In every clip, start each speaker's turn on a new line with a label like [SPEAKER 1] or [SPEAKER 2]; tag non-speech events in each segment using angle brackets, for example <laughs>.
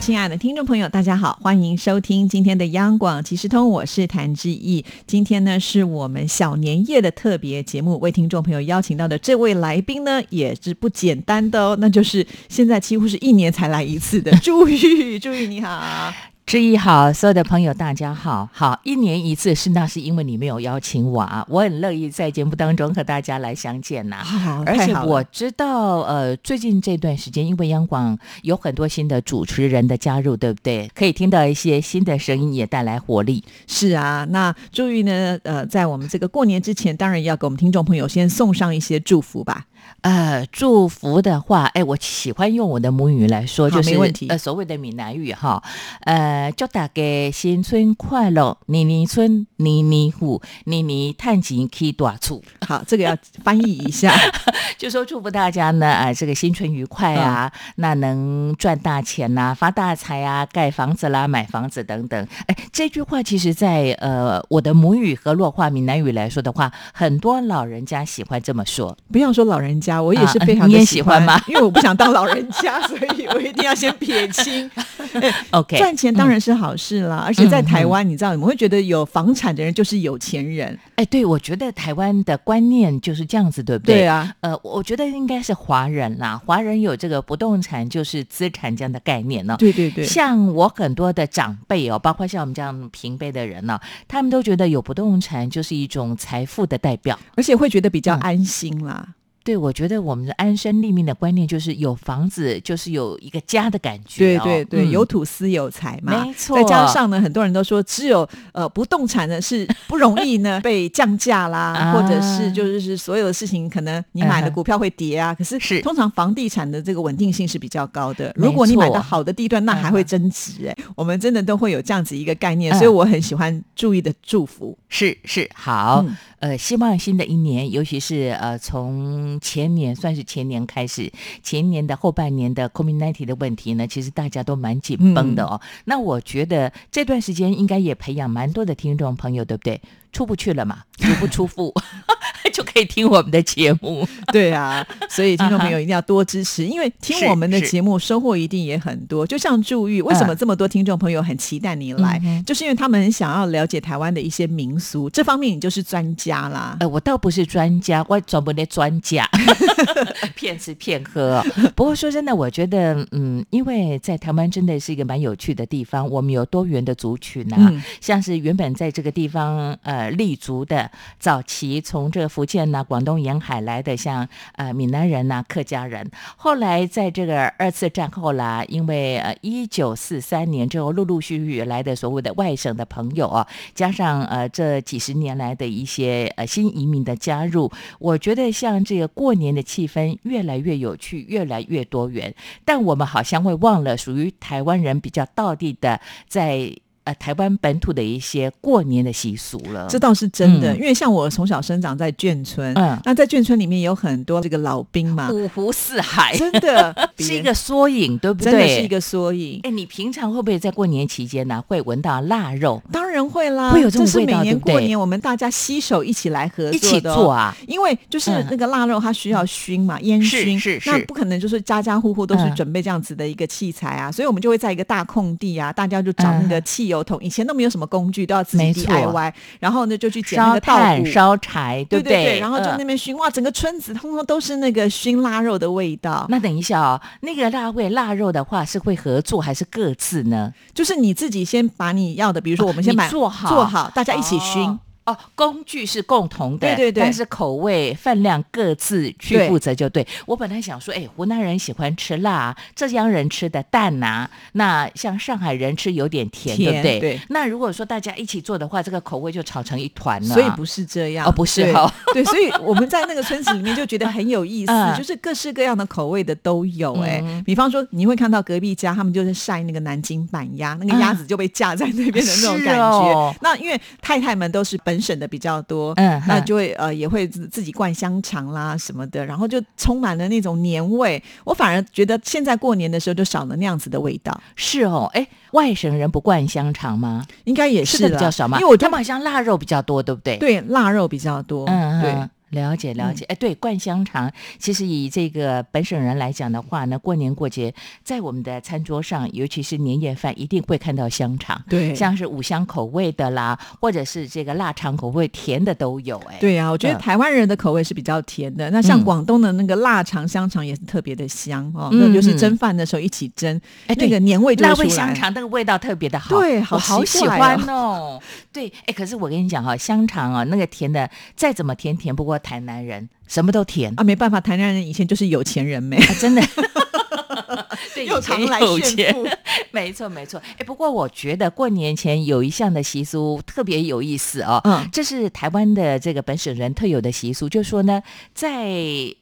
[SPEAKER 1] 亲爱的听众朋友，大家好，欢迎收听今天的央广即时通，我是谭志毅。今天呢，是我们小年夜的特别节目，为听众朋友邀请到的这位来宾呢，也是不简单的哦，那就是现在几乎是一年才来一次的朱玉，朱玉你好。
[SPEAKER 2] 志毅好，所有的朋友大家好，好，一年一次是那是因为你没有邀请我啊，我很乐意在节目当中和大家来相见呐、
[SPEAKER 1] 好
[SPEAKER 2] 而且
[SPEAKER 1] 太好了
[SPEAKER 2] 哎我知道，呃，最近这段时间，因为央广有很多新的主持人的加入，对不对？可以听到一些新的声音，也带来活力。
[SPEAKER 1] 是啊，那朱玉呢，呃，在我们这个过年之前，当然要给我们听众朋友先送上一些祝福吧。
[SPEAKER 2] 呃，祝福的话，哎，我喜欢用我的母语来说，
[SPEAKER 1] 好
[SPEAKER 2] 就是
[SPEAKER 1] 没问题
[SPEAKER 2] 呃，所谓的闽南语哈，呃，祝大家新春快乐，年年春，年年虎，年年探钱去大厝。
[SPEAKER 1] 好，这个要翻译一下。
[SPEAKER 2] 就说祝福大家呢，啊、这个新春愉快啊，那能赚大钱呐、发大财啊，盖房子啦，买房子等等。哎，这句话其实在呃我的母语和洛话闽南语来说的话，很多老人家喜欢这么说。
[SPEAKER 1] 不要说老人家，我也是非
[SPEAKER 2] 啊
[SPEAKER 1] 常
[SPEAKER 2] 你
[SPEAKER 1] 的
[SPEAKER 2] 也
[SPEAKER 1] 喜
[SPEAKER 2] 喜
[SPEAKER 1] 欢,、 <laughs>
[SPEAKER 2] 欢吗？
[SPEAKER 1] 因为我不想当老人家， <laughs> 所以我一定要先撇清。
[SPEAKER 2] <laughs> OK，
[SPEAKER 1] 赚钱当然是好事啦，而且在台
[SPEAKER 2] 嗯
[SPEAKER 1] 湾，你知道，你们会觉得有房产的人就是有钱人，
[SPEAKER 2] 哎，对，我觉得台湾的观念就是这样子，对不对？
[SPEAKER 1] 对啊，
[SPEAKER 2] 呃，我觉得应该是华人啦，华人有这个不动产就是资产这样的概念呢、
[SPEAKER 1] 对对对，
[SPEAKER 2] 像我很多的长辈哦，包括像我们这样平辈的人呢、哦他们都觉得有不动产就是一种财富的代表。
[SPEAKER 1] 而且会觉得比
[SPEAKER 2] 嗯
[SPEAKER 1] 较安心啦。
[SPEAKER 2] 对，我觉得我们的安身立命的观念就是有房子，就是有一个家的感
[SPEAKER 1] 对
[SPEAKER 2] 觉、哦。
[SPEAKER 1] 对对，
[SPEAKER 2] 嗯
[SPEAKER 1] 有土司有财嘛。
[SPEAKER 2] 没错。
[SPEAKER 1] 再加上呢，很多人都说，只有呃不动产呢是不容易
[SPEAKER 2] <laughs>
[SPEAKER 1] 呢被降价啦，
[SPEAKER 2] 啊
[SPEAKER 1] 或者是就是是所有的事情，可能你买的
[SPEAKER 2] 嗯哼
[SPEAKER 1] 股票会跌啊。可是
[SPEAKER 2] 是
[SPEAKER 1] 通常房地产的这个稳定性是比较高的。
[SPEAKER 2] 没
[SPEAKER 1] 如果你买到
[SPEAKER 2] 错
[SPEAKER 1] 好的地段，那
[SPEAKER 2] 嗯哼
[SPEAKER 1] 还会增值哎、我们真的都会有这样子一个概念，
[SPEAKER 2] 嗯
[SPEAKER 1] 所以我很喜欢注意的祝福。
[SPEAKER 2] 是是好、
[SPEAKER 1] 嗯
[SPEAKER 2] 呃，希望新的一年，尤其是呃，从前年算是前年开始，前年的后半年的 community 的问题呢，其实大家都蛮紧绷的哦。那我觉得这段时间应该也培养蛮多的听众朋友，对不对？出不去了嘛，足不出户。 <laughs> 就可以听我们的节目， <laughs>
[SPEAKER 1] 对啊，所以听众朋友一定要多支持，因为听
[SPEAKER 2] 是
[SPEAKER 1] 我们的
[SPEAKER 2] 是
[SPEAKER 1] 节目收获一定也很多。就像祝玉，为什么
[SPEAKER 2] 嗯
[SPEAKER 1] 这么多听众朋友很期待你来？
[SPEAKER 2] 嗯哼
[SPEAKER 1] 就是因为他们很想要了解台湾的一些民俗，这方面你就是专家啦。
[SPEAKER 2] 呃，我倒不是专家，我专门的专 <laughs> 家，骗吃骗喝哦、不过说真的，我觉得，嗯，因为在台湾真的是一个蛮有趣的地方，我们有多元的族群啊，
[SPEAKER 1] 嗯
[SPEAKER 2] 像是原本在这个地方呃立足的，早期从这个福建呐、广东沿海来的，像呃闽南人呐、客家人，后来在这个二次战后啦，因为呃一九四三年之后，陆陆续续来的所谓的外省的朋友啊，加上呃这几十年来的一些呃新移民的加入，我觉得像这个过年的气氛越来越有趣，越来越多元，但我们好像会忘了属于台湾人比较道地的在。呃，台湾本土的一些过年的习俗了，
[SPEAKER 1] 这倒是真的，
[SPEAKER 2] 嗯
[SPEAKER 1] 因为像我从小生长在眷村，
[SPEAKER 2] 嗯
[SPEAKER 1] 那在眷村里面有很多这个老兵
[SPEAKER 2] <laughs>
[SPEAKER 1] 嘛，
[SPEAKER 2] 五湖四海
[SPEAKER 1] 真的
[SPEAKER 2] 啊 <laughs> 是一个缩影，对不对？
[SPEAKER 1] 真的是一个缩影。
[SPEAKER 2] 哎，你平常会不会在过年期间呢、会闻到腊肉？
[SPEAKER 1] 当然会啦，
[SPEAKER 2] 会有这种
[SPEAKER 1] 是
[SPEAKER 2] 味
[SPEAKER 1] 每
[SPEAKER 2] 道
[SPEAKER 1] 年
[SPEAKER 2] 对不对
[SPEAKER 1] 过年我们大家携手一起来合作的、哦
[SPEAKER 2] 一起做啊？
[SPEAKER 1] 因为就是
[SPEAKER 2] 嗯
[SPEAKER 1] 那个腊肉，它需要熏嘛，烟熏，
[SPEAKER 2] 是是
[SPEAKER 1] 那
[SPEAKER 2] 是
[SPEAKER 1] 不可能就是家家户户都是
[SPEAKER 2] 嗯
[SPEAKER 1] 准备这样子的一个器材啊，所以我们就会在一个大空地啊，大家就找那个汽油桶，以前都没有什么工具，都要自己
[SPEAKER 2] 嗯没错
[SPEAKER 1] DIY，然后呢就去捡那
[SPEAKER 2] 烧
[SPEAKER 1] 个稻
[SPEAKER 2] 炭、
[SPEAKER 1] 谷。
[SPEAKER 2] 烧柴，
[SPEAKER 1] 对
[SPEAKER 2] 不
[SPEAKER 1] 对然后就
[SPEAKER 2] 嗯
[SPEAKER 1] 那边熏，哇，整个村子通通都是那个熏腊肉的味道，
[SPEAKER 2] 那等一下哦，那个腊味腊肉的话是会合作还是各自呢？
[SPEAKER 1] 就是你自己先把你要的，比如说我们先
[SPEAKER 2] 啊你
[SPEAKER 1] 买、
[SPEAKER 2] 做好
[SPEAKER 1] 做好，大家一起
[SPEAKER 2] 哦
[SPEAKER 1] 熏，
[SPEAKER 2] 哦，工具是共同的，
[SPEAKER 1] 对对对
[SPEAKER 2] 但是口味分量各自去
[SPEAKER 1] 对
[SPEAKER 2] 负责就对。我本来想说，哎，湖南人喜欢吃辣，啊浙江人吃的淡呐、那像上海人吃有点甜，对
[SPEAKER 1] 甜
[SPEAKER 2] 不对？
[SPEAKER 1] 对
[SPEAKER 2] 那如果说大家一起做的话，这个口味就炒成一团啊了。
[SPEAKER 1] 所以不是这样
[SPEAKER 2] 哦不是
[SPEAKER 1] 对
[SPEAKER 2] 哦
[SPEAKER 1] 对，所以我们在那个村子里面就觉得很有意思，
[SPEAKER 2] 嗯
[SPEAKER 1] 就是各式各样的口味的都有、哎、
[SPEAKER 2] 嗯
[SPEAKER 1] 比方说你会看到隔壁家他们就是晒那个南京板鸭，那个鸭子就被架在那边的那种感觉。
[SPEAKER 2] 嗯是哦
[SPEAKER 1] 那因为太太们都是本本省的比较多，
[SPEAKER 2] 嗯
[SPEAKER 1] 那
[SPEAKER 2] 哼
[SPEAKER 1] 就会呃也会自自己灌香肠啦什么的，然后就充满了那种年味。我反而觉得现在过年的时候就少了那样子的味道，
[SPEAKER 2] 是哦，哎，外省人不灌香肠吗？
[SPEAKER 1] 应该也
[SPEAKER 2] 吃
[SPEAKER 1] 是
[SPEAKER 2] 的
[SPEAKER 1] 啦
[SPEAKER 2] 比较少嘛，
[SPEAKER 1] 因为我
[SPEAKER 2] 他
[SPEAKER 1] 就
[SPEAKER 2] 们好像腊肉比较多，对不对？
[SPEAKER 1] 对腊肉比较多，
[SPEAKER 2] 嗯，
[SPEAKER 1] 对。
[SPEAKER 2] 嗯了解了解，哎，对，灌香肠，其实以这个本省人来讲的话呢，过年过节在我们的餐桌上，尤其是年夜饭，一定会看到香肠，
[SPEAKER 1] 对
[SPEAKER 2] 像是五香口味的啦，或者是这个腊肠口味，甜的都有，哎，，
[SPEAKER 1] 对呀、我觉得
[SPEAKER 2] 嗯
[SPEAKER 1] 台湾人的口味是比较甜的。那像
[SPEAKER 2] 嗯
[SPEAKER 1] 广东的那个腊肠、香肠也是特别的香哦，
[SPEAKER 2] 嗯
[SPEAKER 1] 那就是
[SPEAKER 2] 嗯
[SPEAKER 1] 蒸饭的时候一起蒸，
[SPEAKER 2] 哎
[SPEAKER 1] 那
[SPEAKER 2] 对
[SPEAKER 1] 个年味就
[SPEAKER 2] 辣
[SPEAKER 1] 会
[SPEAKER 2] 味
[SPEAKER 1] 出来
[SPEAKER 2] 香。肠那个味道特别的好，
[SPEAKER 1] 对好
[SPEAKER 2] 我好
[SPEAKER 1] 奇
[SPEAKER 2] 喜
[SPEAKER 1] 怪
[SPEAKER 2] 欢
[SPEAKER 1] 哦
[SPEAKER 2] 哦。对，哎，可是我跟你讲哈、香肠啊，那个甜的再怎么甜，甜不过台南人，什么都甜，
[SPEAKER 1] 啊，没办法，台南人以前就是有钱人没，
[SPEAKER 2] 啊
[SPEAKER 1] <laughs>
[SPEAKER 2] 真的。对，
[SPEAKER 1] 又
[SPEAKER 2] 以前
[SPEAKER 1] 常来
[SPEAKER 2] <laughs> 有
[SPEAKER 1] 炫
[SPEAKER 2] 钱
[SPEAKER 1] 富。
[SPEAKER 2] 没错，没错。哎，不过我觉得过年前有一项的习俗特别有意思哦。
[SPEAKER 1] <laughs> 嗯
[SPEAKER 2] 这是台湾的这个本省人特有的习俗，就是说呢，在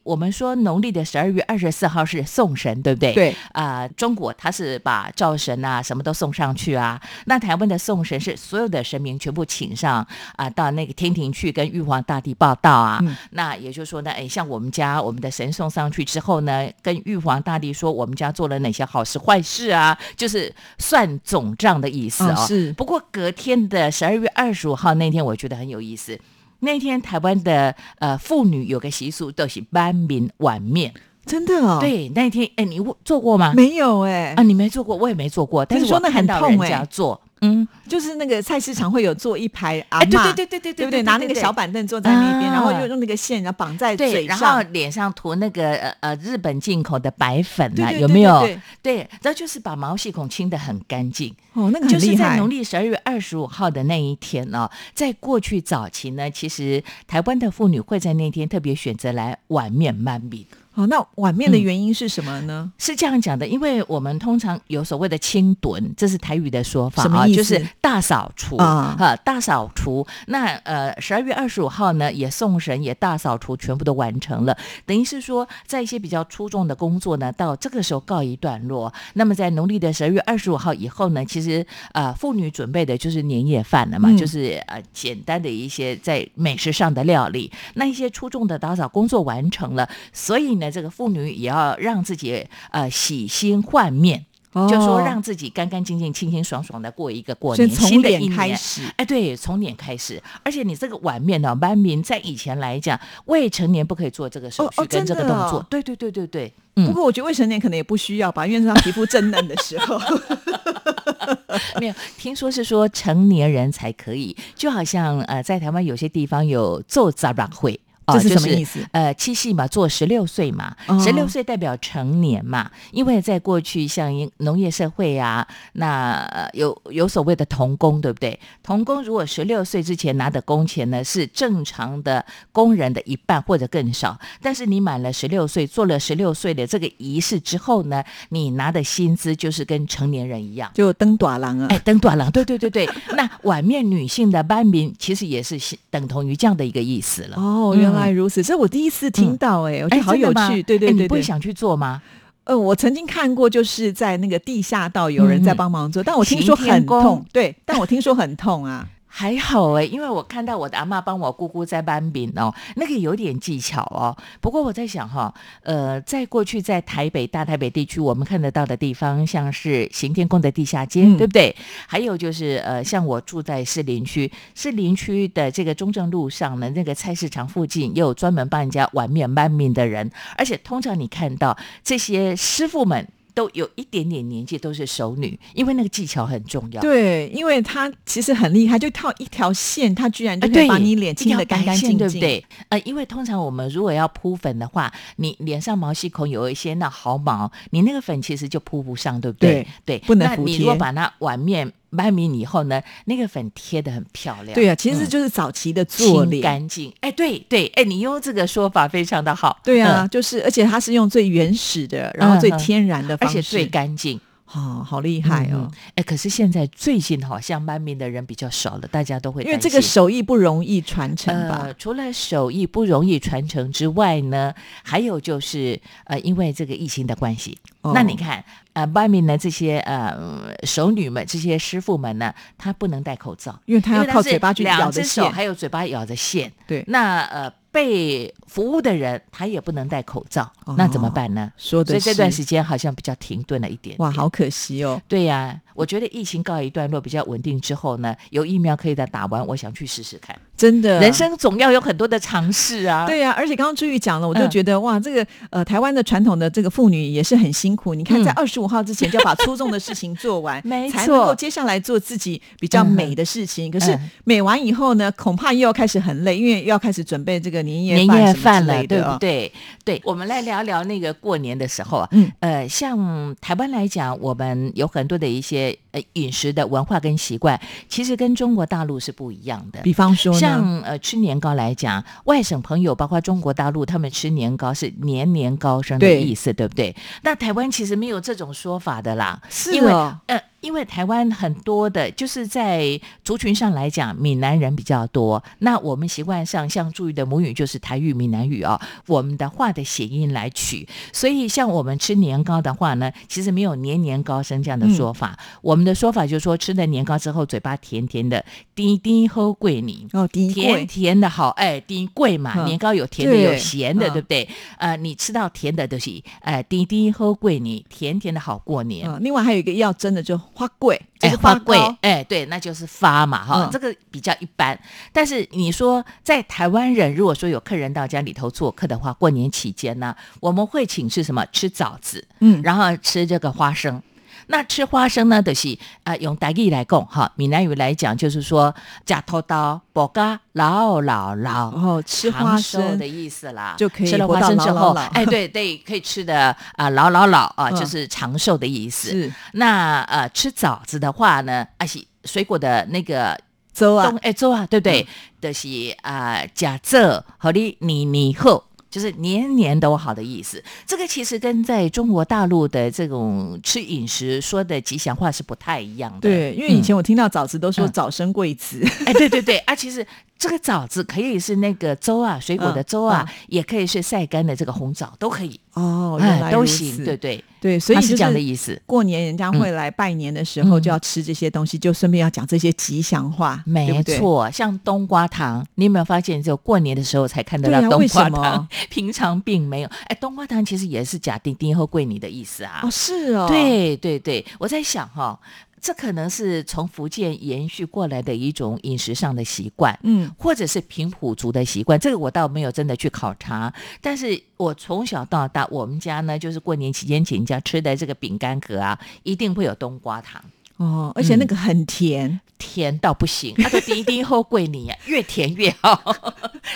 [SPEAKER 2] 我们说农历的十二月二十四号是送神，对不对？
[SPEAKER 1] 对
[SPEAKER 2] 啊、中国它是把灶神啊什么都送上去啊，那台湾的送神是所有的神明全部请上啊、到那个天庭去跟玉皇大帝报道啊。
[SPEAKER 1] 嗯
[SPEAKER 2] 那也就是说呢，哎，像我们家我们的神送上去之后呢，跟玉皇大帝说我们家做了哪些好事坏事啊，就是算总账的意思
[SPEAKER 1] 啊
[SPEAKER 2] 哦。
[SPEAKER 1] 是
[SPEAKER 2] 不过隔天的十二月二十五号那天，我觉得很有意思。那天台湾的呃妇女有个习俗，都是班民碗面。
[SPEAKER 1] 真的哦，，
[SPEAKER 2] 对，那天哎，你做过吗？
[SPEAKER 1] 没有哎、
[SPEAKER 2] 啊，你没做过，我也没做过，但
[SPEAKER 1] 听
[SPEAKER 2] 是
[SPEAKER 1] 说
[SPEAKER 2] 我
[SPEAKER 1] 那
[SPEAKER 2] 看
[SPEAKER 1] 很
[SPEAKER 2] 到
[SPEAKER 1] 痛
[SPEAKER 2] 人
[SPEAKER 1] 哎
[SPEAKER 2] 家做。嗯，
[SPEAKER 1] 就是那个菜市场会有坐一排阿
[SPEAKER 2] 哎，对
[SPEAKER 1] 嬷，
[SPEAKER 2] 对对对对
[SPEAKER 1] 对不对？拿那个
[SPEAKER 2] 对
[SPEAKER 1] 小板凳坐在那边，
[SPEAKER 2] 啊
[SPEAKER 1] 然后又用那个线，然后绑在
[SPEAKER 2] 对，
[SPEAKER 1] 嘴
[SPEAKER 2] 然后
[SPEAKER 1] 上。
[SPEAKER 2] 脸上涂那个呃呃日本进口的白粉
[SPEAKER 1] 对
[SPEAKER 2] 啊，
[SPEAKER 1] 对
[SPEAKER 2] 有
[SPEAKER 1] 对
[SPEAKER 2] 没
[SPEAKER 1] 对
[SPEAKER 2] 有
[SPEAKER 1] 对？
[SPEAKER 2] 对，然后就是把毛细孔清得很干净，
[SPEAKER 1] 哦，那个
[SPEAKER 2] 就
[SPEAKER 1] 很
[SPEAKER 2] 是
[SPEAKER 1] 厉
[SPEAKER 2] 在
[SPEAKER 1] 害
[SPEAKER 2] 农。历十二月二十五号的那一天哦，在过去早期呢，其实台湾的妇女会在那天特别选择来碗面鳗米。
[SPEAKER 1] 哦，那碗面的
[SPEAKER 2] 嗯
[SPEAKER 1] 原因是什么呢？
[SPEAKER 2] 是这样讲的，因为我们通常有所谓的清炖，这是台语的说法
[SPEAKER 1] 什么
[SPEAKER 2] 啊，
[SPEAKER 1] 意思
[SPEAKER 2] 就是大扫除
[SPEAKER 1] 啊
[SPEAKER 2] 哈大扫除。那呃，十二月二十五号呢，也送神，也大扫除，全部都完成了。等于是说，在一些比较出众的工作呢，到这个时候告一段落。那么在农历的十二月二十五号以后呢，其实呃，妇女准备的就是年夜饭了嘛，
[SPEAKER 1] 嗯
[SPEAKER 2] 就是呃简单的一些在美食上的料理。那一些出众的打扫工作完成了，所以呢，这个妇女也要让自己呃洗心换面，
[SPEAKER 1] 哦
[SPEAKER 2] 就说让自己干干净净、清清爽爽的过一个过
[SPEAKER 1] 所以
[SPEAKER 2] 年，
[SPEAKER 1] 哦从
[SPEAKER 2] 新的一
[SPEAKER 1] 脸开
[SPEAKER 2] 年。
[SPEAKER 1] 始。
[SPEAKER 2] 哎，对，从脸开始，而且你这个碗面呢、班民在以前来讲，未成年不可以做这个手
[SPEAKER 1] 哦
[SPEAKER 2] 续
[SPEAKER 1] 哦
[SPEAKER 2] 跟这个
[SPEAKER 1] 真
[SPEAKER 2] 动
[SPEAKER 1] 的哦
[SPEAKER 2] 作。对对对对对，
[SPEAKER 1] 不
[SPEAKER 2] 嗯，
[SPEAKER 1] 过我觉得未成年可能也不需要吧，因为是他皮肤正嫩的时 <laughs> 候。
[SPEAKER 2] <laughs> 没有听说是说成年人才可以，就好像呃，在台湾有些地方有奏杂软会。啊
[SPEAKER 1] 这是
[SPEAKER 2] 就
[SPEAKER 1] 什么意思
[SPEAKER 2] 呃，七夕嘛，做十六岁嘛
[SPEAKER 1] 哦，
[SPEAKER 2] 十六岁代表成年嘛。因为在过去，像一农业社会啊，那、呃有有所谓的童工，对不对？童工如果十六岁之前拿的工钱呢，是正常的工人的一半或者更少。但是你满了十六岁，做了十六岁的这个仪式之后呢，你拿的薪资就是跟成年人一样。
[SPEAKER 1] 就登短郎啊
[SPEAKER 2] 哎，，登短郎，对对对对，那碗面女性的班名其实也是等同于这样的一个意思了。
[SPEAKER 1] 哦，
[SPEAKER 2] 嗯
[SPEAKER 1] 原来如此，这我第一次听到、哎、我觉
[SPEAKER 2] 哎，
[SPEAKER 1] 得好
[SPEAKER 2] 真的
[SPEAKER 1] 有
[SPEAKER 2] 吗
[SPEAKER 1] 趣，对
[SPEAKER 2] 哎
[SPEAKER 1] 对
[SPEAKER 2] 你
[SPEAKER 1] 对
[SPEAKER 2] 不
[SPEAKER 1] 对
[SPEAKER 2] 会。想去做吗？
[SPEAKER 1] 呃，我曾经看过，就是在那个地下道有人在
[SPEAKER 2] 嗯嗯
[SPEAKER 1] 帮忙做，但我听
[SPEAKER 2] 行
[SPEAKER 1] 说
[SPEAKER 2] 天
[SPEAKER 1] 很
[SPEAKER 2] 宫
[SPEAKER 1] 痛，
[SPEAKER 2] <laughs>
[SPEAKER 1] 对，但我听说很痛啊。
[SPEAKER 2] 还好哎，因为我看到我的阿妈帮我姑姑在搬饼哦，那个有点技巧哦。不过我在想哈、呃，在过去在台北大台北地区，我们看得到的地方，像是行天宫的地下街，
[SPEAKER 1] 嗯
[SPEAKER 2] 对不对？还有就是呃，像我住在士林区，士林区的这个中正路上呢，那个菜市场附近也有专门帮人家碗面搬面的人，而且通常你看到这些师傅们。都有一点点年纪，都是熟女，因为那个技巧很重要。
[SPEAKER 1] 对，因为它其实很厉害，就套一条线，它居然就
[SPEAKER 2] 啊
[SPEAKER 1] 可
[SPEAKER 2] 对，
[SPEAKER 1] 以把你脸
[SPEAKER 2] 一
[SPEAKER 1] 清
[SPEAKER 2] 条
[SPEAKER 1] 的干
[SPEAKER 2] 白
[SPEAKER 1] 干
[SPEAKER 2] 线
[SPEAKER 1] 净净，
[SPEAKER 2] 对不？对？呃，因为通常我们如果要铺粉的话，你脸上毛细孔有一些那毫毛，你那个粉其实就铺不上，对不对？对，
[SPEAKER 1] 不能
[SPEAKER 2] 那
[SPEAKER 1] 服
[SPEAKER 2] 你如果
[SPEAKER 1] 帖
[SPEAKER 2] 把那碗面掰匀以后呢，那个粉贴的很漂亮，
[SPEAKER 1] 对啊，其实
[SPEAKER 2] 嗯
[SPEAKER 1] 就是早期的做
[SPEAKER 2] 清
[SPEAKER 1] 脸。
[SPEAKER 2] 干净。哎，对对，哎，你用这个说法非常的好，
[SPEAKER 1] 对啊，
[SPEAKER 2] 嗯，
[SPEAKER 1] 就是而且它是用最原始的，然后最
[SPEAKER 2] 嗯哼
[SPEAKER 1] 天然的
[SPEAKER 2] 而
[SPEAKER 1] 方式，
[SPEAKER 2] 且最干净。
[SPEAKER 1] 好、好厉害哦
[SPEAKER 2] 嗯！哎、可是现在最近好像慢民的人比较少了，大家都会
[SPEAKER 1] 因为
[SPEAKER 2] 担
[SPEAKER 1] 这个
[SPEAKER 2] 心
[SPEAKER 1] 手艺不容易传承吧？
[SPEAKER 2] 呃，除了手艺不容易传承之外呢，还有就是呃，因为这个疫情的关系，
[SPEAKER 1] 哦
[SPEAKER 2] 那你看呃，外面的这些呃手女们、这些师傅们呢，她不能戴口罩，
[SPEAKER 1] 因为他要
[SPEAKER 2] 因为
[SPEAKER 1] 靠
[SPEAKER 2] 是
[SPEAKER 1] 嘴巴去咬
[SPEAKER 2] 两
[SPEAKER 1] 着
[SPEAKER 2] 只手
[SPEAKER 1] 线，
[SPEAKER 2] 还有嘴巴咬着线。
[SPEAKER 1] 对，
[SPEAKER 2] 那呃，被服务的人他也不能戴口罩，
[SPEAKER 1] 哦
[SPEAKER 2] 那怎么办呢？
[SPEAKER 1] 说
[SPEAKER 2] 所
[SPEAKER 1] 的
[SPEAKER 2] 以
[SPEAKER 1] 是
[SPEAKER 2] 这段时间好像比较停顿了一点点
[SPEAKER 1] 哇，好可惜哦。
[SPEAKER 2] 对呀、我觉得疫情告一段落，比较稳定之后呢，有疫苗可以再打完，我想去试试看。
[SPEAKER 1] 真的，
[SPEAKER 2] 嗯人生啊总要有很多的尝试啊。
[SPEAKER 1] 对呀、而且刚刚朱玉讲了，我就
[SPEAKER 2] 嗯
[SPEAKER 1] 觉得、哇，这个呃，台湾的传统的这个妇女也是很辛苦。你看，
[SPEAKER 2] 嗯
[SPEAKER 1] 在二十五号之前就要把粗重的事情做
[SPEAKER 2] <laughs>
[SPEAKER 1] 完，
[SPEAKER 2] 没
[SPEAKER 1] 才
[SPEAKER 2] 错
[SPEAKER 1] 能够接下来做自己比较美的事情。可是
[SPEAKER 2] 嗯
[SPEAKER 1] 美完以后呢，恐怕又要开始很累，因为又要开始准备这个年夜
[SPEAKER 2] 年
[SPEAKER 1] 饭
[SPEAKER 2] 夜
[SPEAKER 1] 什么
[SPEAKER 2] 饭
[SPEAKER 1] 之
[SPEAKER 2] 了，
[SPEAKER 1] 类
[SPEAKER 2] 对
[SPEAKER 1] 的
[SPEAKER 2] 不
[SPEAKER 1] 哦。
[SPEAKER 2] 对？对，我们来聊聊那个过年的时候啊，
[SPEAKER 1] 嗯
[SPEAKER 2] 呃，像台湾来讲，我们有很多的一些呃饮食的文化跟习惯，其实跟中国大陆是不一样的。
[SPEAKER 1] 比方说呢，
[SPEAKER 2] 像呃吃年糕来讲，外省朋友包括中国大陆，他们吃年糕是年年高升的
[SPEAKER 1] 对
[SPEAKER 2] 意思，对不对？那台湾其实没有这种说法的啦，
[SPEAKER 1] 是
[SPEAKER 2] 因为
[SPEAKER 1] 哦
[SPEAKER 2] 呃，因为台湾很多的就是在族群上来讲，闽南人比较多。那我们习惯上像注意的母语就是台语、闽南语哦，我们的话的谐音来取。所以像我们吃年糕的话呢，其实没有年年高升这样的说法，
[SPEAKER 1] 嗯
[SPEAKER 2] 我们的说法就是说吃了年糕之后嘴巴甜甜的，滴滴喝桂泥。
[SPEAKER 1] 哦，第一
[SPEAKER 2] 甜
[SPEAKER 1] 贵
[SPEAKER 2] 甜的好，哎，丁贵嘛，
[SPEAKER 1] 嗯
[SPEAKER 2] 年糕有甜的
[SPEAKER 1] 对
[SPEAKER 2] 有咸的，
[SPEAKER 1] 嗯
[SPEAKER 2] 对不对？呃，你吃到甜的东西，哎，丁丁喝贵你甜甜的好过年。
[SPEAKER 1] 啊，另外还有一个要真的就花贵，就
[SPEAKER 2] 哎，
[SPEAKER 1] 是
[SPEAKER 2] 花
[SPEAKER 1] 贵
[SPEAKER 2] 贵，哎，对，那就是发嘛，哈、
[SPEAKER 1] 嗯
[SPEAKER 2] 这个比较一般。但是你说，在台湾人如果说有客人到家里头做客的话，过年期间呢，我们会请吃什么？吃枣子，
[SPEAKER 1] 嗯，
[SPEAKER 2] 然后吃这个花生。那吃花生呢，就是啊、呃用台语来讲哈，闽南语来讲就是说“假头刀薄嘎老老老”，
[SPEAKER 1] 然后哦吃
[SPEAKER 2] 长
[SPEAKER 1] 花
[SPEAKER 2] 寿
[SPEAKER 1] 生
[SPEAKER 2] 的意思啦，
[SPEAKER 1] 就可以
[SPEAKER 2] 吃了
[SPEAKER 1] 活
[SPEAKER 2] 花
[SPEAKER 1] 到
[SPEAKER 2] 生
[SPEAKER 1] 老
[SPEAKER 2] 之
[SPEAKER 1] 老
[SPEAKER 2] 后，
[SPEAKER 1] 老
[SPEAKER 2] 哎，对对，可以吃的啊、老老老啊、
[SPEAKER 1] 嗯
[SPEAKER 2] 就是长寿的意思。
[SPEAKER 1] 是
[SPEAKER 2] 那呃，吃枣子的话呢，啊是水果的那个
[SPEAKER 1] 粥啊
[SPEAKER 2] 冬，哎粥啊，对不对？就是啊，假蔗和你你你后。就是年年都好的意思，这个其实跟在中国大陆的这种吃饮食说的吉祥话是不太一样的。
[SPEAKER 1] 对，因为以
[SPEAKER 2] 嗯
[SPEAKER 1] 前我听到枣子都说
[SPEAKER 2] 嗯
[SPEAKER 1] 早生贵子，
[SPEAKER 2] <laughs> 哎，对对对啊，其实这个枣子可以是那个粥
[SPEAKER 1] 嗯
[SPEAKER 2] 啊，水果的粥啊，也可以是晒干的这个红枣，都可以，
[SPEAKER 1] 哦，原
[SPEAKER 2] 哎，
[SPEAKER 1] 来
[SPEAKER 2] 都
[SPEAKER 1] 如
[SPEAKER 2] 行，
[SPEAKER 1] 此
[SPEAKER 2] 对对，
[SPEAKER 1] 对，所以
[SPEAKER 2] 它
[SPEAKER 1] 就是
[SPEAKER 2] 这样的意思。
[SPEAKER 1] 过年人家会来拜年的时候，
[SPEAKER 2] 嗯
[SPEAKER 1] 就要吃这些东西，就顺便要讲这些吉祥话，对
[SPEAKER 2] 没
[SPEAKER 1] 不对。
[SPEAKER 2] 错，像冬瓜糖，你有没有发现，只有过年的时候才看得
[SPEAKER 1] 对
[SPEAKER 2] 到
[SPEAKER 1] 呀
[SPEAKER 2] 冬
[SPEAKER 1] 为
[SPEAKER 2] 瓜
[SPEAKER 1] 什么
[SPEAKER 2] 糖， <laughs> 平常并没有。哎，冬瓜糖其实也是假定丁和桂你的意思啊。
[SPEAKER 1] 哦，是哦，，
[SPEAKER 2] 对对对，我在想哈、这可能是从福建延续过来的一种饮食上的习惯。
[SPEAKER 1] 嗯，
[SPEAKER 2] 或者是平埔族的习惯，这个我倒没有真的去考察。但是我从小到大，我们家呢，就是过年期间请人家吃的这个饼干盒啊，一定会有冬瓜糖，
[SPEAKER 1] 哦，而且那个很甜，
[SPEAKER 2] 甜到不行，它的滴滴后贵你 <laughs> 啊，越甜越 <laughs> 好，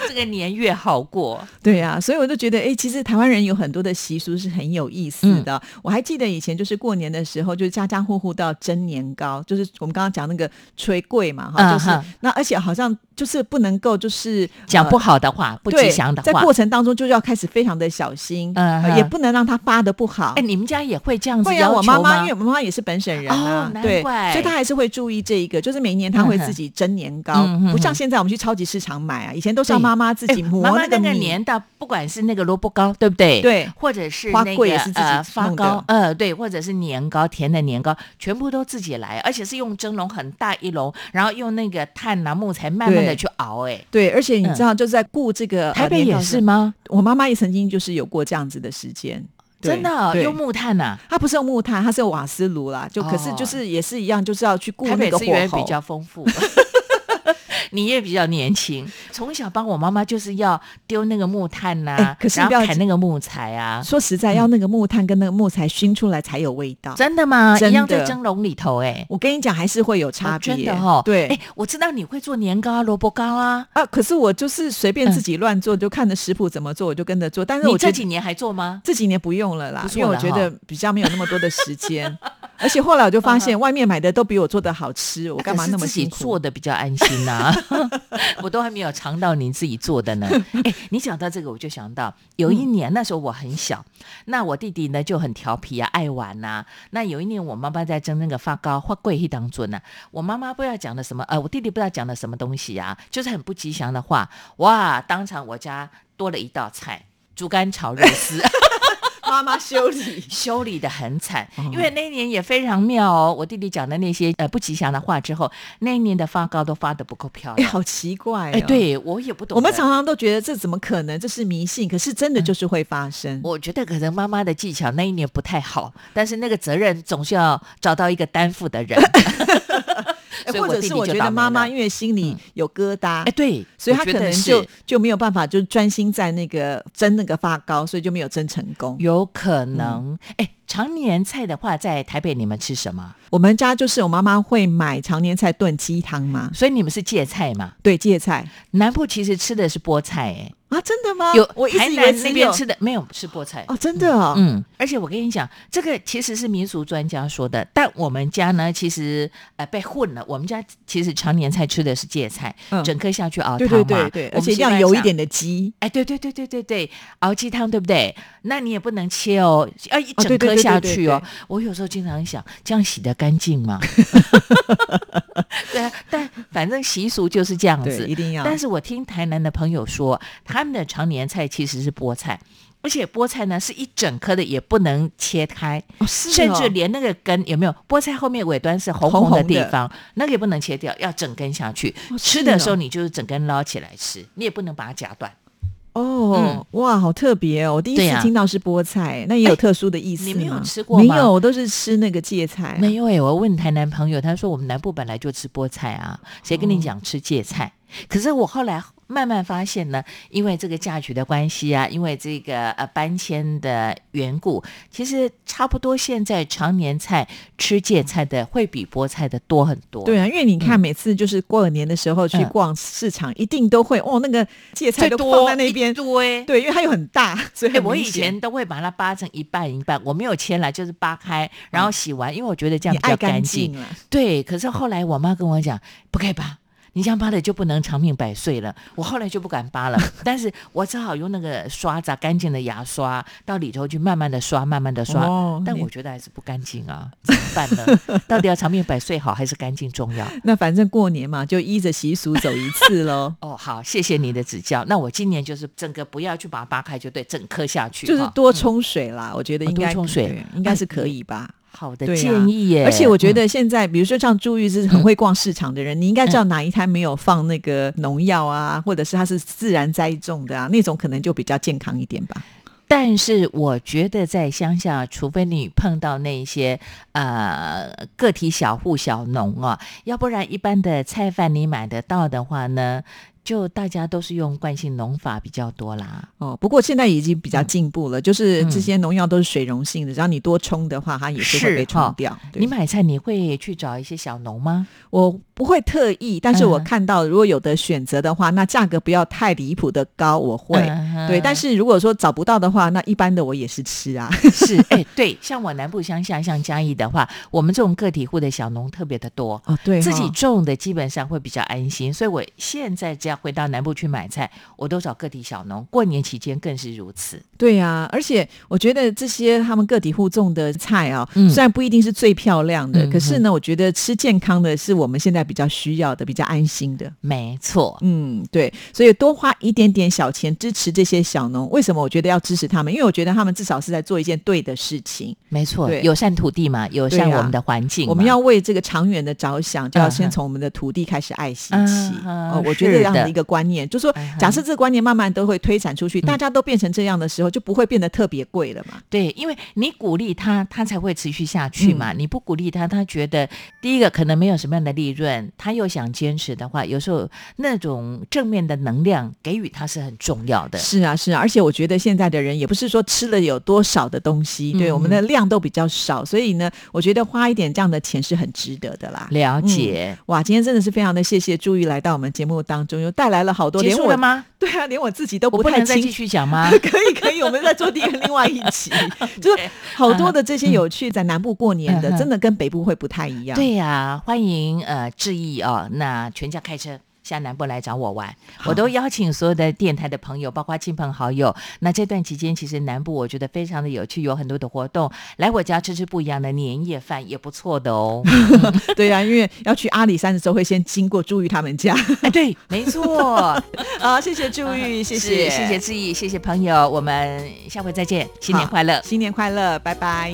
[SPEAKER 2] 这个年越好过。
[SPEAKER 1] 对呀、所以我就觉得，哎，其实台湾人有很多的习俗是很有意
[SPEAKER 2] 嗯
[SPEAKER 1] 思的。我还记得以前就是过年的时候，就是家家户户都要蒸年糕，就是我们刚刚讲那个捶柜嘛，哈，就是、
[SPEAKER 2] 嗯哼
[SPEAKER 1] 那而且好像就是不能够就是
[SPEAKER 2] 讲
[SPEAKER 1] 呃
[SPEAKER 2] 不好的话，不吉
[SPEAKER 1] 对
[SPEAKER 2] 祥的
[SPEAKER 1] 在
[SPEAKER 2] 话。
[SPEAKER 1] 过程当中就要开始非常的小心，
[SPEAKER 2] 嗯
[SPEAKER 1] 呃
[SPEAKER 2] 哼
[SPEAKER 1] 也不能让它发的不好。
[SPEAKER 2] 哎，你们家也会这样子
[SPEAKER 1] 会
[SPEAKER 2] 要
[SPEAKER 1] 啊，
[SPEAKER 2] 求吗？哎
[SPEAKER 1] 我妈妈因为我妈妈也是本省人啊
[SPEAKER 2] 哦，难
[SPEAKER 1] 对，
[SPEAKER 2] 怪
[SPEAKER 1] 所以她还是会注意这一个，就是每年她会自己蒸年糕，
[SPEAKER 2] 嗯哼
[SPEAKER 1] 不像现在我们去超级市场买啊，以前都是要
[SPEAKER 2] 对
[SPEAKER 1] 妈妈自己
[SPEAKER 2] 哎
[SPEAKER 1] 磨
[SPEAKER 2] 妈妈
[SPEAKER 1] 个
[SPEAKER 2] 那
[SPEAKER 1] 米。
[SPEAKER 2] 年代，不管是那个萝卜糕，对不对？
[SPEAKER 1] 对
[SPEAKER 2] 或者是
[SPEAKER 1] 花
[SPEAKER 2] 那
[SPEAKER 1] 桂
[SPEAKER 2] 个
[SPEAKER 1] 也是自己
[SPEAKER 2] 呃发
[SPEAKER 1] 弄的
[SPEAKER 2] 糕，呃，对，或者是年糕，甜的年糕，全部都自己来，而且是用蒸笼很大一笼，然后用那个炭啊木材慢慢的
[SPEAKER 1] 对
[SPEAKER 2] 去熬、哎。
[SPEAKER 1] 对，而且你知道，就是在顾这个、呃
[SPEAKER 2] 台北也是，
[SPEAKER 1] 年糕的时
[SPEAKER 2] 吗？
[SPEAKER 1] 候我妈妈也曾经就是有过这样子的时间，对
[SPEAKER 2] 真的哦、
[SPEAKER 1] 对
[SPEAKER 2] 用木炭呐、
[SPEAKER 1] 她不是用木炭，她是用瓦斯炉啦，就、
[SPEAKER 2] 哦
[SPEAKER 1] 可是就是也是一样，就是要去顾
[SPEAKER 2] 台
[SPEAKER 1] 那
[SPEAKER 2] 北
[SPEAKER 1] 个
[SPEAKER 2] 资
[SPEAKER 1] 火
[SPEAKER 2] 源
[SPEAKER 1] 候。
[SPEAKER 2] 比较丰富。 <laughs> 你也比较年轻，从小帮我妈妈就是要丢那个木炭呐、
[SPEAKER 1] 哎可是
[SPEAKER 2] 然
[SPEAKER 1] 不要
[SPEAKER 2] 后砍那个木材啊，
[SPEAKER 1] 说实在，要那个木炭跟那个木材熏出来才有味道。
[SPEAKER 2] 真的吗？
[SPEAKER 1] 真
[SPEAKER 2] 一样
[SPEAKER 1] 的
[SPEAKER 2] 在蒸笼里头哎、
[SPEAKER 1] 我跟你讲，还是会有差
[SPEAKER 2] 哦
[SPEAKER 1] 别、
[SPEAKER 2] 真的哦。
[SPEAKER 1] 对，
[SPEAKER 2] 哎，我知道你会做年糕啊、萝卜糕啊，
[SPEAKER 1] 啊，可是我就是随便自己乱做，就看着食谱怎么做，我就跟着做。但是
[SPEAKER 2] 嗯你
[SPEAKER 1] 我觉
[SPEAKER 2] 这
[SPEAKER 1] 得
[SPEAKER 2] 几年还做吗？
[SPEAKER 1] 这几年不用了啦，
[SPEAKER 2] 不错
[SPEAKER 1] 因为我
[SPEAKER 2] 了
[SPEAKER 1] 觉
[SPEAKER 2] 哈
[SPEAKER 1] 得比较没有那么多的时间。 <laughs> 而且后来我就发现，外面买的都比我做的好吃，我干嘛那
[SPEAKER 2] 嗯啊可
[SPEAKER 1] 么
[SPEAKER 2] 是自己
[SPEAKER 1] 辛苦？
[SPEAKER 2] 做的比较安心
[SPEAKER 1] <laughs>
[SPEAKER 2] 呐、我都还没有尝到你自己做的呢。哎，你讲到这个，我就想到有
[SPEAKER 1] 嗯
[SPEAKER 2] 一年那时候我很小，那我弟弟呢就很调皮啊，爱玩呐、那有一年我妈妈在蒸那个发糕，发贵一当中呢，我妈妈不知道讲了什么，呃，我弟弟不知道讲了什么东西啊，就是很不吉祥的话，哇，当场我家多了一道菜，猪肝炒肉丝。。
[SPEAKER 1] 妈妈修理
[SPEAKER 2] 修理的很惨，
[SPEAKER 1] 嗯
[SPEAKER 2] 因为那一年也非常妙哦。我弟弟讲的那些呃不吉祥的话之后，那一年的发糕都发的不够
[SPEAKER 1] <laughs>
[SPEAKER 2] 漂
[SPEAKER 1] 哎，
[SPEAKER 2] 亮。
[SPEAKER 1] 好奇怪、哦！
[SPEAKER 2] 哎，，对我也不懂得。嗯
[SPEAKER 1] 我们常常都觉得这怎么可能？这是迷信，可是真的就是会发生。
[SPEAKER 2] 我觉得可能妈妈的技巧那一年不太好，但是那个责任总是要找到一个担负的
[SPEAKER 1] <laughs>
[SPEAKER 2] 人。
[SPEAKER 1] 哎
[SPEAKER 2] 所以
[SPEAKER 1] 或者
[SPEAKER 2] 弟弟
[SPEAKER 1] 是
[SPEAKER 2] 就
[SPEAKER 1] 我觉
[SPEAKER 2] 倒
[SPEAKER 1] 得
[SPEAKER 2] 霉
[SPEAKER 1] 妈妈
[SPEAKER 2] 了
[SPEAKER 1] 因为心里有疙瘩，
[SPEAKER 2] 嗯哎，对，
[SPEAKER 1] 所以
[SPEAKER 2] 我
[SPEAKER 1] 她
[SPEAKER 2] 觉
[SPEAKER 1] 可
[SPEAKER 2] 得
[SPEAKER 1] 能
[SPEAKER 2] 是
[SPEAKER 1] 就就没有办法，就专心在那个蒸那个发糕，所以就没有蒸成功。
[SPEAKER 2] 有可
[SPEAKER 1] 嗯
[SPEAKER 2] 能。哎，常年菜的话，在台北你们吃什么？
[SPEAKER 1] 我们家就是我妈妈会买常年菜炖鸡汤嘛，
[SPEAKER 2] 所以你们是芥菜嘛？
[SPEAKER 1] 对，芥菜
[SPEAKER 2] 南部其实吃的是菠菜，哎，
[SPEAKER 1] 啊，真的吗？
[SPEAKER 2] 有
[SPEAKER 1] 我一
[SPEAKER 2] 台
[SPEAKER 1] 直以为
[SPEAKER 2] 南
[SPEAKER 1] 只
[SPEAKER 2] 那边
[SPEAKER 1] 有
[SPEAKER 2] 吃的没有吃菠菜
[SPEAKER 1] 哦，真的哦，
[SPEAKER 2] 嗯，而且我跟你讲，这个其实是民俗专家说的，但我们家呢，其实呃被混了。我们家其实常年菜吃的是芥菜，
[SPEAKER 1] 嗯
[SPEAKER 2] 整颗下去熬汤
[SPEAKER 1] 对对
[SPEAKER 2] 嘛，
[SPEAKER 1] 对对，
[SPEAKER 2] 嗯我
[SPEAKER 1] 而
[SPEAKER 2] 们
[SPEAKER 1] 且一定要
[SPEAKER 2] 西班牙
[SPEAKER 1] 有一
[SPEAKER 2] 讲
[SPEAKER 1] 点。的鸡，
[SPEAKER 2] 哎，对对对对对对，熬鸡汤对不对？那你也不能切哦，要一
[SPEAKER 1] 哦
[SPEAKER 2] 整
[SPEAKER 1] 对对
[SPEAKER 2] 颗
[SPEAKER 1] 对
[SPEAKER 2] 下
[SPEAKER 1] 对对
[SPEAKER 2] 去哦。
[SPEAKER 1] 对
[SPEAKER 2] 我有时候经常想，这样洗得干净吗？ <laughs> 对啊，但反正习俗嗯就是这样
[SPEAKER 1] 对，
[SPEAKER 2] 子
[SPEAKER 1] 一。定要。
[SPEAKER 2] 但是我听台南的朋友说，他们的常年菜其实是菠菜，而且菠菜呢是一整颗的，也不能切开，
[SPEAKER 1] 哦是
[SPEAKER 2] 甚至
[SPEAKER 1] 哦
[SPEAKER 2] 连那个根有没有？菠菜后面尾端是红
[SPEAKER 1] 红
[SPEAKER 2] 红的
[SPEAKER 1] 红
[SPEAKER 2] 地
[SPEAKER 1] 的
[SPEAKER 2] 方，那个也不能切掉，要整根下去。
[SPEAKER 1] 哦
[SPEAKER 2] 吃
[SPEAKER 1] 是
[SPEAKER 2] 的时候
[SPEAKER 1] 哦
[SPEAKER 2] 你就是整根捞起来吃，你也不能把它夹断。
[SPEAKER 1] 哦，哇，好特别哦！我第一
[SPEAKER 2] 嗯对呀哎
[SPEAKER 1] 次听到是菠菜，那也有特殊的意思吗
[SPEAKER 2] 你没有吃过吗
[SPEAKER 1] 没有，我都是吃那个芥菜啊。
[SPEAKER 2] 没有诶、欸我问台南朋友，他说我们南部本来就吃菠菜啊，谁跟
[SPEAKER 1] 哦
[SPEAKER 2] 你讲吃芥菜？可是我后来慢慢发现呢，因为这个嫁娶的关系啊，因为这个呃搬迁的缘故，其实差不多现在常年菜吃芥菜的会比菠菜的多很多。
[SPEAKER 1] 对啊，因为你看，每次就是过年的时候去
[SPEAKER 2] 嗯
[SPEAKER 1] 逛市场，一定都会哦，那个芥菜
[SPEAKER 2] 最
[SPEAKER 1] 都
[SPEAKER 2] 多
[SPEAKER 1] 放在那边
[SPEAKER 2] 一，堆。
[SPEAKER 1] 对，因为它又很大， <laughs> 所以
[SPEAKER 2] 哎、
[SPEAKER 1] 很
[SPEAKER 2] 我以
[SPEAKER 1] 明显
[SPEAKER 2] 前都会把它扒成一半一半，我没有切来，就是扒开，然后洗完，因为我觉得这样
[SPEAKER 1] 嗯你
[SPEAKER 2] 比
[SPEAKER 1] 爱
[SPEAKER 2] 较
[SPEAKER 1] 干
[SPEAKER 2] 干净。
[SPEAKER 1] 了，
[SPEAKER 2] 对，可是后来我妈跟我讲，不可以扒，你这样扒了就不能长命百岁了。我后来就不敢
[SPEAKER 1] <laughs>
[SPEAKER 2] 扒了，但是我只好用那个刷子啊，干净的牙刷到里头去慢慢的刷，慢慢的刷。
[SPEAKER 1] 哦
[SPEAKER 2] 但
[SPEAKER 1] 你
[SPEAKER 2] 我觉得还是不干净啊，怎么办呢？ <laughs> 到底要长命百岁好，还是干净重要？。
[SPEAKER 1] 那反正过年嘛，就依着习俗走一次喽
[SPEAKER 2] 哦，好，谢谢你的指教。那我今年就是整个不要去把它扒开，就对，整颗下 <laughs> 去哈，嗯
[SPEAKER 1] 就是多冲水啦，我觉得
[SPEAKER 2] 哦
[SPEAKER 1] 应该
[SPEAKER 2] 多冲水哎
[SPEAKER 1] 对应该是可以吧。
[SPEAKER 2] 好的
[SPEAKER 1] 对啊
[SPEAKER 2] 建议耶。
[SPEAKER 1] 而且我觉
[SPEAKER 2] 嗯
[SPEAKER 1] 得现在，比如说像朱玉是很会逛市场的人，你应该知道哪一摊没有放那个农药啊，或者是它是自然栽种的啊，那种可能就比较健康一点吧。
[SPEAKER 2] 但是我觉得在乡下，除非你碰到那些呃个体小户小农啊，要不然一般的菜贩你买得到的话呢，就大家都是用惯性农法比较多啦。
[SPEAKER 1] 哦，不过现在已经比较进步了，就是
[SPEAKER 2] 嗯
[SPEAKER 1] 这些农药都是水溶性的，只要你多冲的话，它也是
[SPEAKER 2] 是
[SPEAKER 1] 会被冲
[SPEAKER 2] 哈
[SPEAKER 1] 掉。对
[SPEAKER 2] 你买菜你会去找一些小农吗？
[SPEAKER 1] 我不会特意，但是
[SPEAKER 2] 嗯
[SPEAKER 1] 我看到如果有的选择的话，那价格不要太离谱的高，我会。
[SPEAKER 2] 嗯哼
[SPEAKER 1] 对，但是如果说找不到的话，那一般的我也是吃啊。
[SPEAKER 2] <laughs> 是哎、对，像我南部乡下，像嘉义的话，我们这种个体户的小农特别的多。
[SPEAKER 1] 哦， <laughs> 对
[SPEAKER 2] 自己种的基本上会比较安心，所以我现在只要回到南部去买菜，我都找个体小农。过年期间更是如此。
[SPEAKER 1] 对呀、而且我觉得这些他们个体户种的菜啊，
[SPEAKER 2] 嗯
[SPEAKER 1] 虽然不一定是最漂亮的，
[SPEAKER 2] 嗯
[SPEAKER 1] 可是呢，我觉得吃健康的是我们现在比较需要的、比较安心的。
[SPEAKER 2] 没错，
[SPEAKER 1] 嗯，对，所以多花一点点小钱支持这些小农。为什么我觉得要支持他们？因为我觉得他们至少是在做一件对的事情。
[SPEAKER 2] 没错，
[SPEAKER 1] 对
[SPEAKER 2] 友善土地嘛，友善
[SPEAKER 1] 对啊
[SPEAKER 2] 我们的环境嘛、
[SPEAKER 1] 我们要为这个长远的着想，就要
[SPEAKER 2] 嗯
[SPEAKER 1] 先
[SPEAKER 2] 哼
[SPEAKER 1] 从我们的土地开始爱惜
[SPEAKER 2] 嗯
[SPEAKER 1] 起。
[SPEAKER 2] 哼
[SPEAKER 1] 哦，我觉得
[SPEAKER 2] 是
[SPEAKER 1] 这样
[SPEAKER 2] 的
[SPEAKER 1] 的一个观念，就说
[SPEAKER 2] 嗯哼
[SPEAKER 1] 假设这个观念慢慢都会推展出去，大家都变成这样的时候，就不会变得特别贵了嘛。
[SPEAKER 2] 对，因为你鼓励他，他才会持续下去
[SPEAKER 1] 嗯
[SPEAKER 2] 嘛。你不鼓励他，他觉得第一个可能没有什么样的利润，他又想坚持的话，有时候那种正面的能量给予他是很重要的。
[SPEAKER 1] 是啊，是啊，而且我觉得现在的人也不是说吃了有多少的东西，对
[SPEAKER 2] 嗯
[SPEAKER 1] 我们的量都比较少，所以呢，我觉得花一点这样的钱是很值得的啦。
[SPEAKER 2] 了解。
[SPEAKER 1] 嗯哇，今天真的是非常的谢谢朱玉来到我们节目当中，又就带来了好多，
[SPEAKER 2] 结
[SPEAKER 1] 连
[SPEAKER 2] 束
[SPEAKER 1] 我
[SPEAKER 2] 了？吗？
[SPEAKER 1] <laughs> 对啊，连我自己都
[SPEAKER 2] 我
[SPEAKER 1] 不
[SPEAKER 2] 不
[SPEAKER 1] 太
[SPEAKER 2] 能再
[SPEAKER 1] 清？
[SPEAKER 2] 继续讲吗
[SPEAKER 1] <laughs> 可以可以，我们再做第二另外一
[SPEAKER 2] <laughs>
[SPEAKER 1] 集，就是好多的这些有趣，在南部过年的
[SPEAKER 2] 嗯嗯，哼
[SPEAKER 1] 真的跟北部会不太一样。，
[SPEAKER 2] 对呀、欢迎呃志毅哦，那全家开车。下南部来找我玩，我都邀请所有的电台的朋友，包括亲朋好友。那这段期间，其实南部我觉得非常的有趣，有很多的活动。来我家吃吃不一样的年夜饭也不错
[SPEAKER 1] <laughs>
[SPEAKER 2] 的哦。
[SPEAKER 1] 对啊呀、因为要去阿里山的时候，会先经过朱玉他们家。
[SPEAKER 2] <laughs> 哎，对，没错。
[SPEAKER 1] 好，谢谢朱玉， <laughs> 谢谢，
[SPEAKER 2] 是谢谢，志毅，谢谢朋友，我们下回再见，新年
[SPEAKER 1] 好
[SPEAKER 2] 快乐。
[SPEAKER 1] 新年快乐，拜拜。